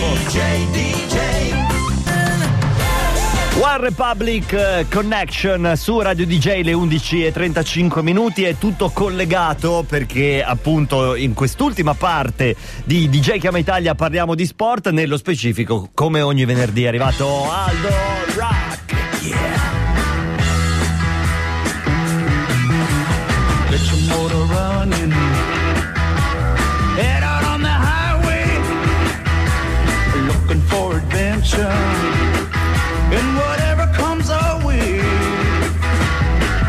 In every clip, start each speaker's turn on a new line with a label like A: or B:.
A: DJ, DJ.
B: One Republic eh, Connection su Radio DJ le 11 e 35 minuti è tutto collegato perché appunto in quest'ultima parte di DJ Chiama Italia parliamo di sport nello specifico come ogni venerdì è arrivato Aldo Rock
A: Get your motor running. Head out on the highway. Looking for adventure. And whatever comes our way.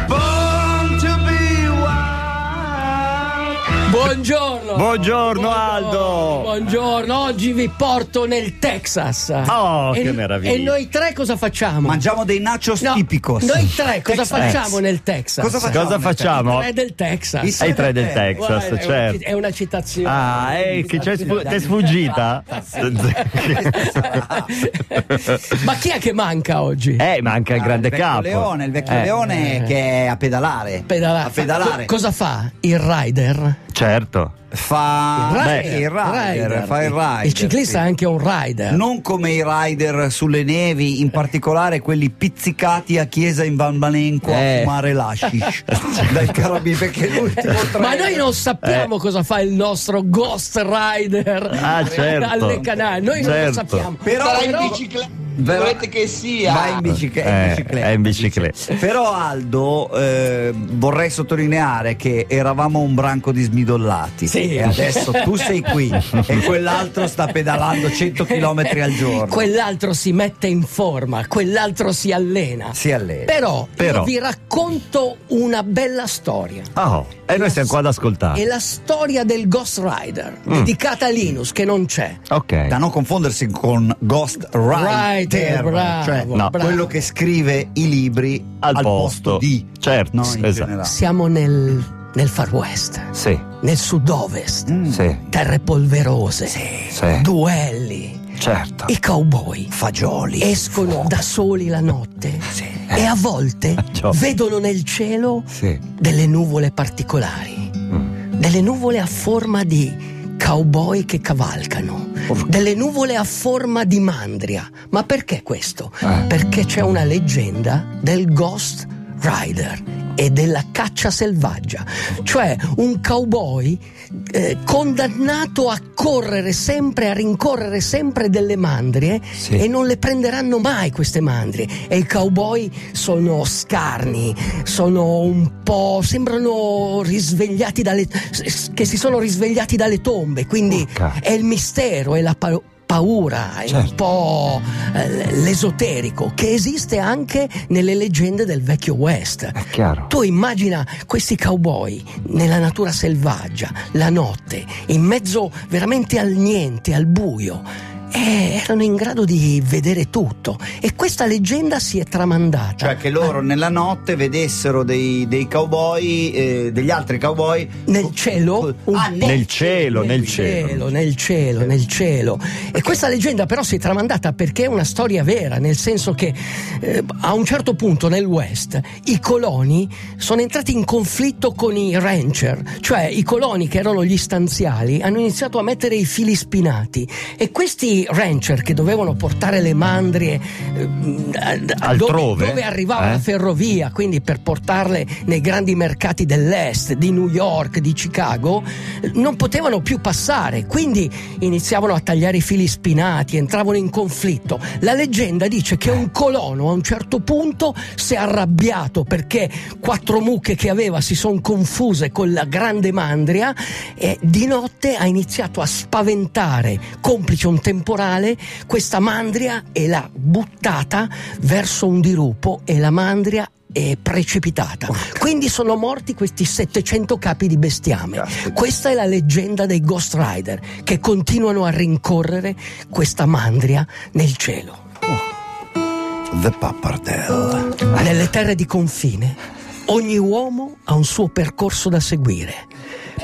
A: Born to be wild.
C: Buongiorno.
B: Buongiorno, Aldo.
C: Buongiorno, oggi vi porto nel Texas.
B: Oh,
C: E-
B: che meraviglia.
C: E noi tre cosa facciamo?
D: Mangiamo dei nachos
C: No,
D: tipicos.
C: Noi tre cosa
D: Texas.
C: facciamo nel Texas?
D: Cosa facciamo?
B: cosa facciamo?
C: Tre del Texas.
D: I
B: ai tre del
D: Eh,
B: Texas
C: Guarda, è una-
B: certo
C: È una citazione.
B: Ah, eh, che c'è sfu- t'è sfuggita?
C: Ma chi è che manca oggi?
B: eh, manca il grande
D: Ah, il vecchio
B: capo.
D: Leone, il vecchio
B: Eh,
D: leone che è a pedalare.
C: Pedala-
D: A pedalare.
C: Co- cosa fa il rider?
B: Certo.
D: fa
B: Beh,
D: Ah, il rider, fa il rider.
C: Il
D: sì.
C: ciclista è anche un rider.
D: Non come i rider sulle nevi, in particolare quelli pizzicati a chiesa in Van Balenco
B: Eh.
D: a fumare l'ashish dai carabinieri perché l'ultimo
C: Ma
D: treno-
C: noi non sappiamo cosa fa il nostro Ghost Rider
B: Ah, certo.
C: alle canali, noi non
B: Certo.
C: lo sappiamo.
D: Però-
E: Sarà in bicicletta.
D: Beh,
E: Volete che sia?
D: Vai in bicicletta.
B: Eh,
D: in bicicletta.
B: è in bicicletta.
D: Però Aldo eh, vorrei sottolineare che eravamo un branco di smidollati
C: Sì.
D: e adesso tu sei qui e quell'altro sta pedalando 100 km al giorno.
C: Quell'altro si mette in forma, quell'altro si allena.
D: Si allena.
C: Però,
B: Però.
C: io vi racconto una bella storia.
B: Oh, e noi siamo qua ad ascoltare.
C: È la storia del Ghost Rider,
B: Mm.
C: dedicata a Linus, che non c'è.
B: Ok.
D: Da non confondersi con Ghost Rider,
C: Rider, bravo,
D: cioè
C: No. bravo.
D: quello che scrive i libri
B: Al
D: al,
B: posto.
D: posto. di
B: Certo,
D: no, in
B: esatto.
D: generale.
C: Siamo nel, nel Far West,
B: Sì,
C: nel sud-ovest,
D: Mm.
B: sì,
C: terre polverose,
B: Sì.
C: duelli.
B: certo.
C: I cowboy
D: Fagioli.
C: escono da soli la notte
B: Eh.
C: e a volte
B: Ciao.
C: vedono nel cielo
B: Sì.
C: delle nuvole particolari, delle nuvole a forma di cowboy che cavalcano, delle nuvole a forma di mandria. Ma perché questo? Perché c'è una leggenda del Ghost Rider e della caccia selvaggia, cioè un cowboy eh, condannato a correre sempre, a rincorrere sempre delle mandrie
B: Sì.
C: e non le prenderanno mai queste mandrie. E i cowboy sono scarni, sono un po'. sembrano risvegliati dalle. s- s- che si sono risvegliati dalle tombe. Quindi
B: Urca.
C: è il mistero, è la pa- paura, è un
B: Certo.
C: po' eh, l'esoterico che esiste anche nelle leggende del vecchio West.
B: È chiaro.
C: Tu immagina questi cowboy nella natura selvaggia, la notte, in mezzo veramente al niente, al buio. E erano in grado di vedere tutto. E questa leggenda si è tramandata.
D: Cioè che loro nella notte vedessero dei, dei cowboy, eh, degli altri cowboy
C: nel cielo un
D: Ah,
C: po-
B: nel cielo, nel cielo.
C: nel cielo nel cielo e questa leggenda però si è tramandata perché è una storia vera nel senso che eh, a un certo punto nel west i coloni sono entrati in conflitto con i rancher cioè i coloni che erano gli stanziali hanno iniziato a mettere i fili spinati e questi rancher che dovevano portare le mandrie eh, a- a-
B: Altrove,
C: dove, dove arrivava
B: eh?
C: la ferrovia, quindi per portarle nei grandi mercati dell'est, di New York, di Chicago, eh, non potevano più passare, quindi iniziavano a tagliare i fili spinati, entravano in conflitto. La leggenda dice che un colono a un certo punto si è arrabbiato perché quattro mucche che aveva si sono confuse con la grande mandria e di notte ha iniziato a spaventare, complice un temporale, questa mandria e l'ha buttata verso un dirupo e la mandria è precipitata. Quindi sono morti questi 700 capi di bestiame. Questa è la leggenda dei Ghost Rider che continuano a rincorrere questa mandria nel cielo.
D: The Pappardelle.
C: Nelle terre di confine ogni uomo ha un suo percorso da seguire,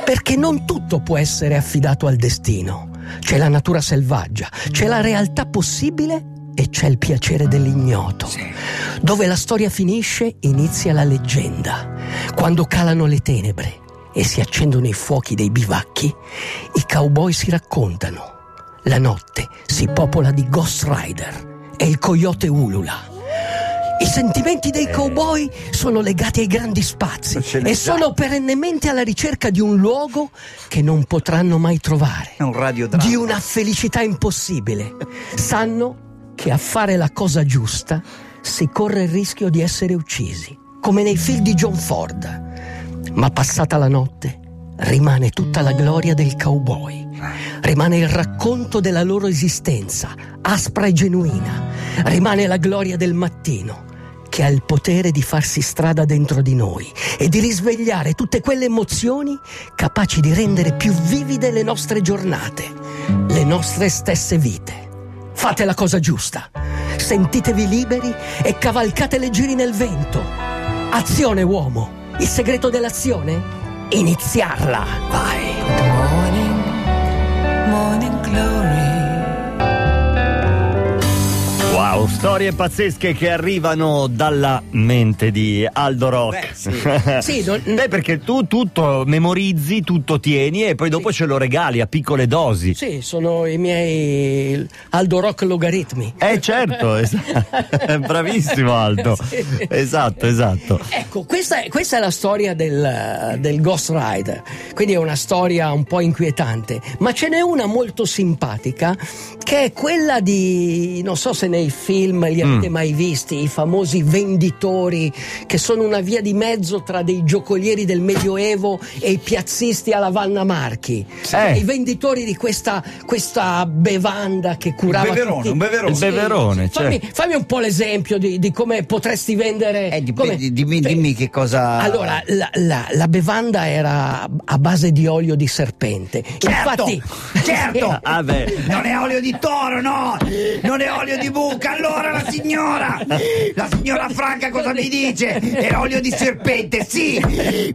C: perché non tutto può essere affidato al destino. C'è la natura selvaggia, c'è la realtà possibile e c'è il piacere dell'ignoto. Dove la storia finisce inizia la leggenda. Quando calano le tenebre e si accendono i fuochi dei bivacchi, i cowboy si raccontano La notte si popola di Ghost Rider e il coyote ulula. I sentimenti dei cowboy sono legati ai grandi spazi
D: Ce ne
C: e
D: siamo.
C: sono perennemente alla ricerca di un luogo che non potranno mai trovare
D: È un radiodramma.
C: di una felicità impossibile. Sanno che a fare la cosa giusta si corre il rischio di essere uccisi, come nei film di John Ford. Ma passata la notte rimane tutta la gloria del cowboy. Rimane il racconto della loro esistenza, aspra e genuina. Rimane la gloria del mattino, che ha il potere di farsi strada dentro di noi e di risvegliare tutte quelle emozioni capaci di rendere più vivide le nostre giornate, le nostre stesse vite. Fate la cosa giusta, sentitevi liberi e cavalcate leggeri nel vento. Azione uomo, il segreto dell'azione? Iniziarla, vai!
E: Morning, morning glory.
B: Wow, storie pazzesche che arrivano dalla mente di Aldo Rock.
D: Beh, sì.
B: Eh.
C: Sì, non-
B: Beh, perché tu tutto memorizzi, tutto tieni e poi dopo ce lo regali a piccole dosi.
C: Sì, sono i miei Aldo Rock logaritmi.
B: Eh certo, esatto. bravissimo Aldo.
C: Sì.
B: Esatto, esatto.
C: Ecco, questa è, questa è la storia del, del Ghost Rider, quindi è una storia un po' inquietante, ma ce n'è una molto simpatica che è quella di, non so se nei film li avete
B: Mm.
C: mai visti, i famosi venditori che sono una via di mezzo tra dei giocolieri del Medioevo e i piazzisti alla Vanna Marchi,
B: Eh.
C: Cioè, i venditori di questa, questa bevanda che curava...
D: beverone,
C: tutti-
D: un beverone.
B: Il beverone,
C: fammi,
B: certo.
C: fammi un po' l'esempio di, di come potresti vendere...
D: Eh, di-
C: come-
D: di- dimmi,
C: cioè,
D: dimmi che cosa.
C: allora, la, la- la bevanda era a base di olio di serpente.
D: Certo,
C: Infatti,
D: certo.
B: Ah, beh.
D: Non è olio di toro, no! Non è olio di buca, allora la signora! La signora Franca cosa mi dice? È olio di serpente, sì!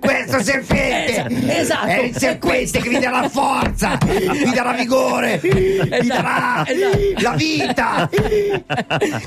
D: Questo serpente!
C: Esatto.
D: È il serpente che vi dà la forza! Vi dà la vigore! Vi darà
C: Esatto.
D: la vita!
B: Eh,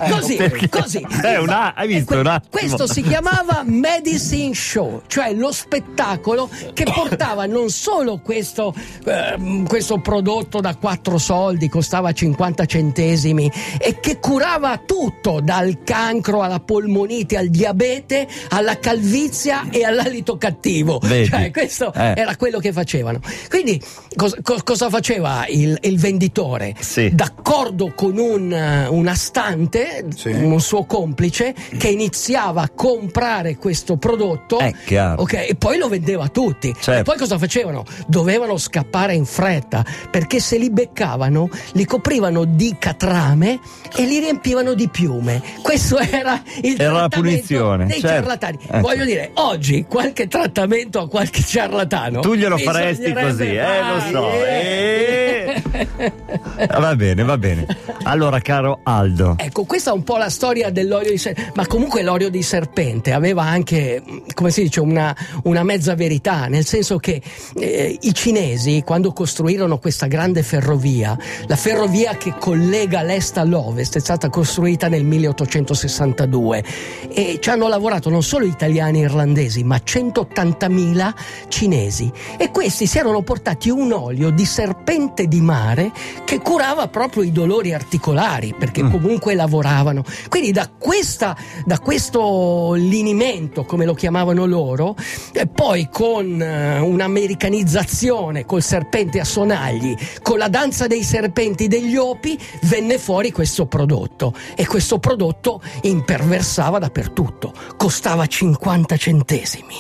C: così,
B: Perché-
C: così.
B: Eh, un a- hai visto,
C: E que-
B: un attimo.
C: Questo si chiamava Medicine Show, cioè lo spettacolo che portava non solo questo, ehm, questo prodotto da 4 soldi, costava 50 centesimi, e che curava tutto, dal cancro alla polmonite, al diabete, alla calvizia e all'alito cattivo.
B: Vedi?
C: Cioè, questo
B: Eh.
C: era quello che facevano. Quindi, cos- co- cosa faceva il, il venditore?
B: Sì.
C: d'accordo con un, eh, un astante,
D: Sì.
C: un suo complice, che iniziava a comprare questo prodotto
B: È Eh, chiaro.
C: ok, e poi lo vendeva a tutti.
B: Certo.
C: E poi cosa facevano? Dovevano scappare in fretta perché se li beccavano li coprivano di catrame e li riempivano di piume. Questo era il
B: Era la
C: trattamento
B: punizione,
C: dei
B: certo.
C: ciarlatani.
B: Eh,
C: Voglio
B: certo.
C: dire, oggi qualche trattamento a qualche ciarlatano.
B: Tu glielo faresti
C: bisognerebbe
B: così, eh, lo
C: fare.
B: so. Eh. Va bene, va bene. Allora, caro Aldo.
C: Ecco, questa è un po' la storia dell'olio di serpente, ma comunque l'olio di serpente aveva anche, mh, come si dice, una, una mezza verità, nel senso che eh, i cinesi, quando costruirono questa grande ferrovia, la ferrovia che collega l'est all'ovest è stata costruita nel 1862 e ci hanno lavorato non solo italiani e irlandesi, ma 180.000 cinesi e questi si erano portati un olio di serpente di mare che curava proprio i dolori articolari perché
B: Mm.
C: comunque lavoravano. Quindi da, questa- da questo linimento, come lo chiamavano loro, e poi con eh, un'americanizzazione col serpente a sonagli, con la danza dei serpenti degli opi, venne fuori questo prodotto e questo prodotto imperversava dappertutto, costava 50 centesimi.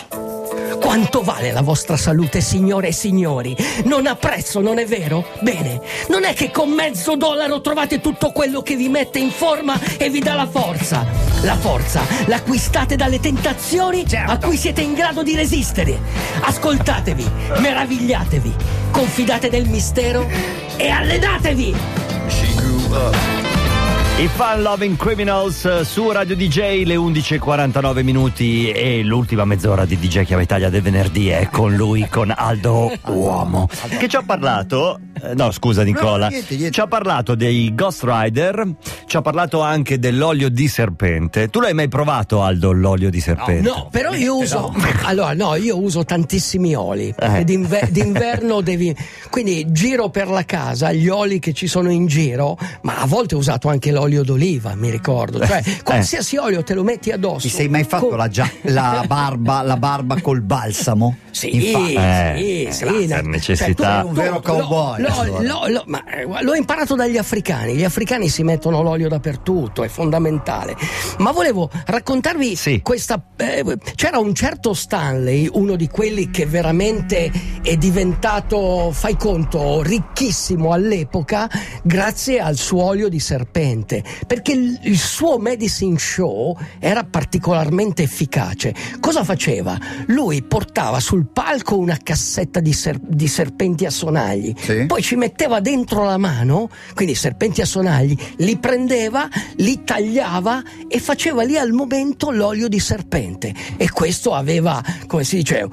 C: Quanto vale la vostra salute, signore e signori? Non ha prezzo, non è vero? Bene, non è che con mezzo dollaro trovate tutto quello che vi mette in forma e vi dà la forza. La forza l'acquistate dalle tentazioni a cui siete in grado di resistere. Ascoltatevi, meravigliatevi, confidate nel mistero e allenatevi!
F: She grew up
B: I Fun Loving Criminals eh, su Radio DJ le 11.49 minuti e l'ultima mezz'ora di DJ Chiama Italia del venerdì è con lui, con Aldo Uomo, che ci ha parlato, eh, no scusa Nicola,
D: niente, niente.
B: ci ha parlato dei Ghost Rider, ci ha parlato anche dell'olio di serpente. Tu l'hai mai provato Aldo l'olio di serpente?
F: Certo.
C: No, però
F: Eh,
C: io uso. Allora, no, io uso tantissimi oli. perché
B: Eh.
C: d'inve- d'inverno devi. Quindi giro per la casa gli oli che ci sono in giro, ma a volte ho usato anche l'olio d'oliva, mi ricordo. Cioè, qualsiasi olio te lo metti addosso.
F: Eh. Ti sei mai fatto
C: co-
F: la, gia- la barba, la barba col balsamo?
C: Sì,
F: Infatti,
B: Eh,
C: sì, sì,
B: grazie,
C: no.
B: per necessità.
C: Cioè,
F: Un vero cowboy,
C: l'ho-
F: allora.
C: l'ho- l'ho- ma, eh, l'ho imparato dagli africani. Gli africani si mettono l'olio dappertutto, è fondamentale. Ma volevo raccontarvi
B: Sì.
C: questa. eh, c'era un certo Stanley, uno di quelli che veramente è diventato, fai conto, ricchissimo all'epoca, grazie al suo olio di serpente. Perché il il suo medicine show era particolarmente efficace. Cosa faceva? Lui portava sul palco una cassetta di, ser- di serpenti a sonagli,
F: Sì.
C: poi ci metteva dentro la mano, quindi i serpenti a sonagli, li prendeva, li tagliava e faceva lì al momento l'olio di serpente. E questo aveva, come si dice, eh,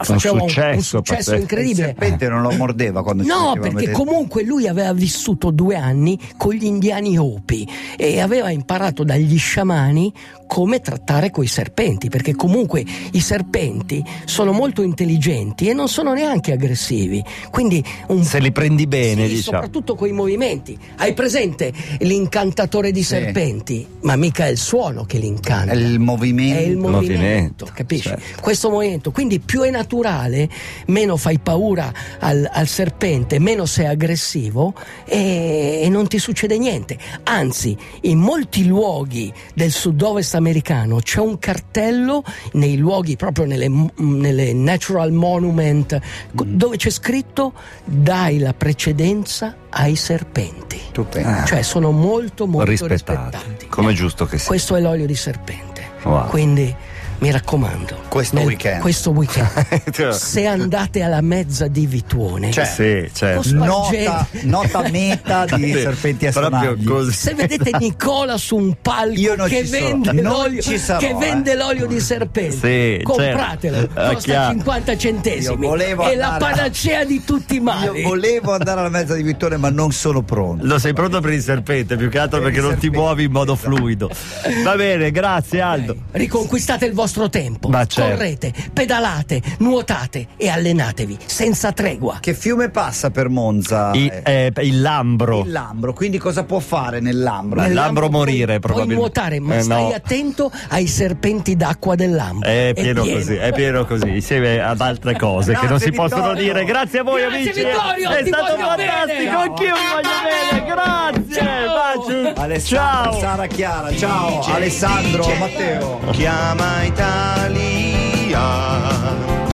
C: faceva un- un,
B: successo
C: successo
B: pazzesco.
F: Il
C: incredibile.
F: serpente non lo mordeva quando ci
C: No,
F: metteva a
C: perché
F: mettere-
C: comunque lui aveva vissuto due anni con gli indiani Hopi e aveva imparato dagli sciamani come trattare coi serpenti, perché comunque i serpenti sono molto intelligenti e non sono neanche aggressivi. Quindi un
B: Se li prendi bene,
C: sì,
B: diciamo.
C: soprattutto coi movimenti. Hai presente l'incantatore di serpenti? Ma mica è il suono che li incanta
F: È il
C: è
F: movimento.
C: il movimento,
B: Movimento,
C: capisci?
B: certo.
C: Questo movimento, quindi più è naturale, meno fai paura al, al serpente, meno sei aggressivo e, e non ti succede niente. Anzi, in molti luoghi del sud-ovest americano c'è un cartello nei luoghi proprio nelle, nelle natural monument co-
B: Mm.
C: dove c'è scritto dai la precedenza ai serpenti.
F: Tu pensi.
C: Cioè sono molto molto
B: Ah. Rispettati,
C: rispettati.
B: come è giusto che sia.
C: Questo è l'olio di serpente.
B: Wow.
C: Quindi mi raccomando.
F: Questo weekend.
C: questo weekend, se andate alla mezza di Vituone,
F: Cioè,
B: Sì, certo.
C: Posso-
F: Nota, nota meta di serpenti a
B: Proprio
F: sonagli.
B: così.
C: se vedete Nicola su un
F: Io
C: palco
F: non
C: che
F: ci sarò.
C: vende,
F: Non
C: l'olio,
F: ci sarò,
C: che
F: eh.
C: vende l'olio di serpente,
B: Sì,
C: compratelo,
B: certo. Ah,
C: costa
B: chiaro.
C: 50 centesimi.
F: Io
C: È
F: volevo
C: la
F: andare-
C: panacea di tutti i mali.
F: Io volevo andare alla mezza di Vittoria, ma non sono pronto.
B: Lo sei pronto per il serpente, più che altro
F: Per il
B: perché non ti
F: serpente.
B: muovi in modo fluido. Va bene, grazie Aldo.
C: Riconquistate il vostro tempo,
B: Ma certo.
C: correte, pedalate, nuotate e allenatevi senza tregua.
F: Che fiume passa per Monza?
B: I-
F: Eh,
B: eh, il Lambro.
F: il Lambro, quindi cosa può fare nel Lambro?
B: Beh,
F: Nel-
B: Lambro
C: puoi-
B: morire, probabilmente.
C: Puoi nuotare, ma
B: Eh,
C: stai
B: no.
C: attento ai serpenti d'acqua del Lambro.
B: È pieno così, è pieno così, insieme ad altre cose che non si
F: Grazie,
B: possono
F: Vittorio.
B: dire. Grazie a voi,
C: Grazie,
B: amici.
C: Vittorio,
B: è
C: ti
B: stato
C: voglio bene.
B: fantastico, anch'io vi voglio bene. Grazie, baci.
F: Alessandro,
B: Ciao.
F: Sara Chiara, ciao Alessandro, Matteo.
A: Chiama Italia.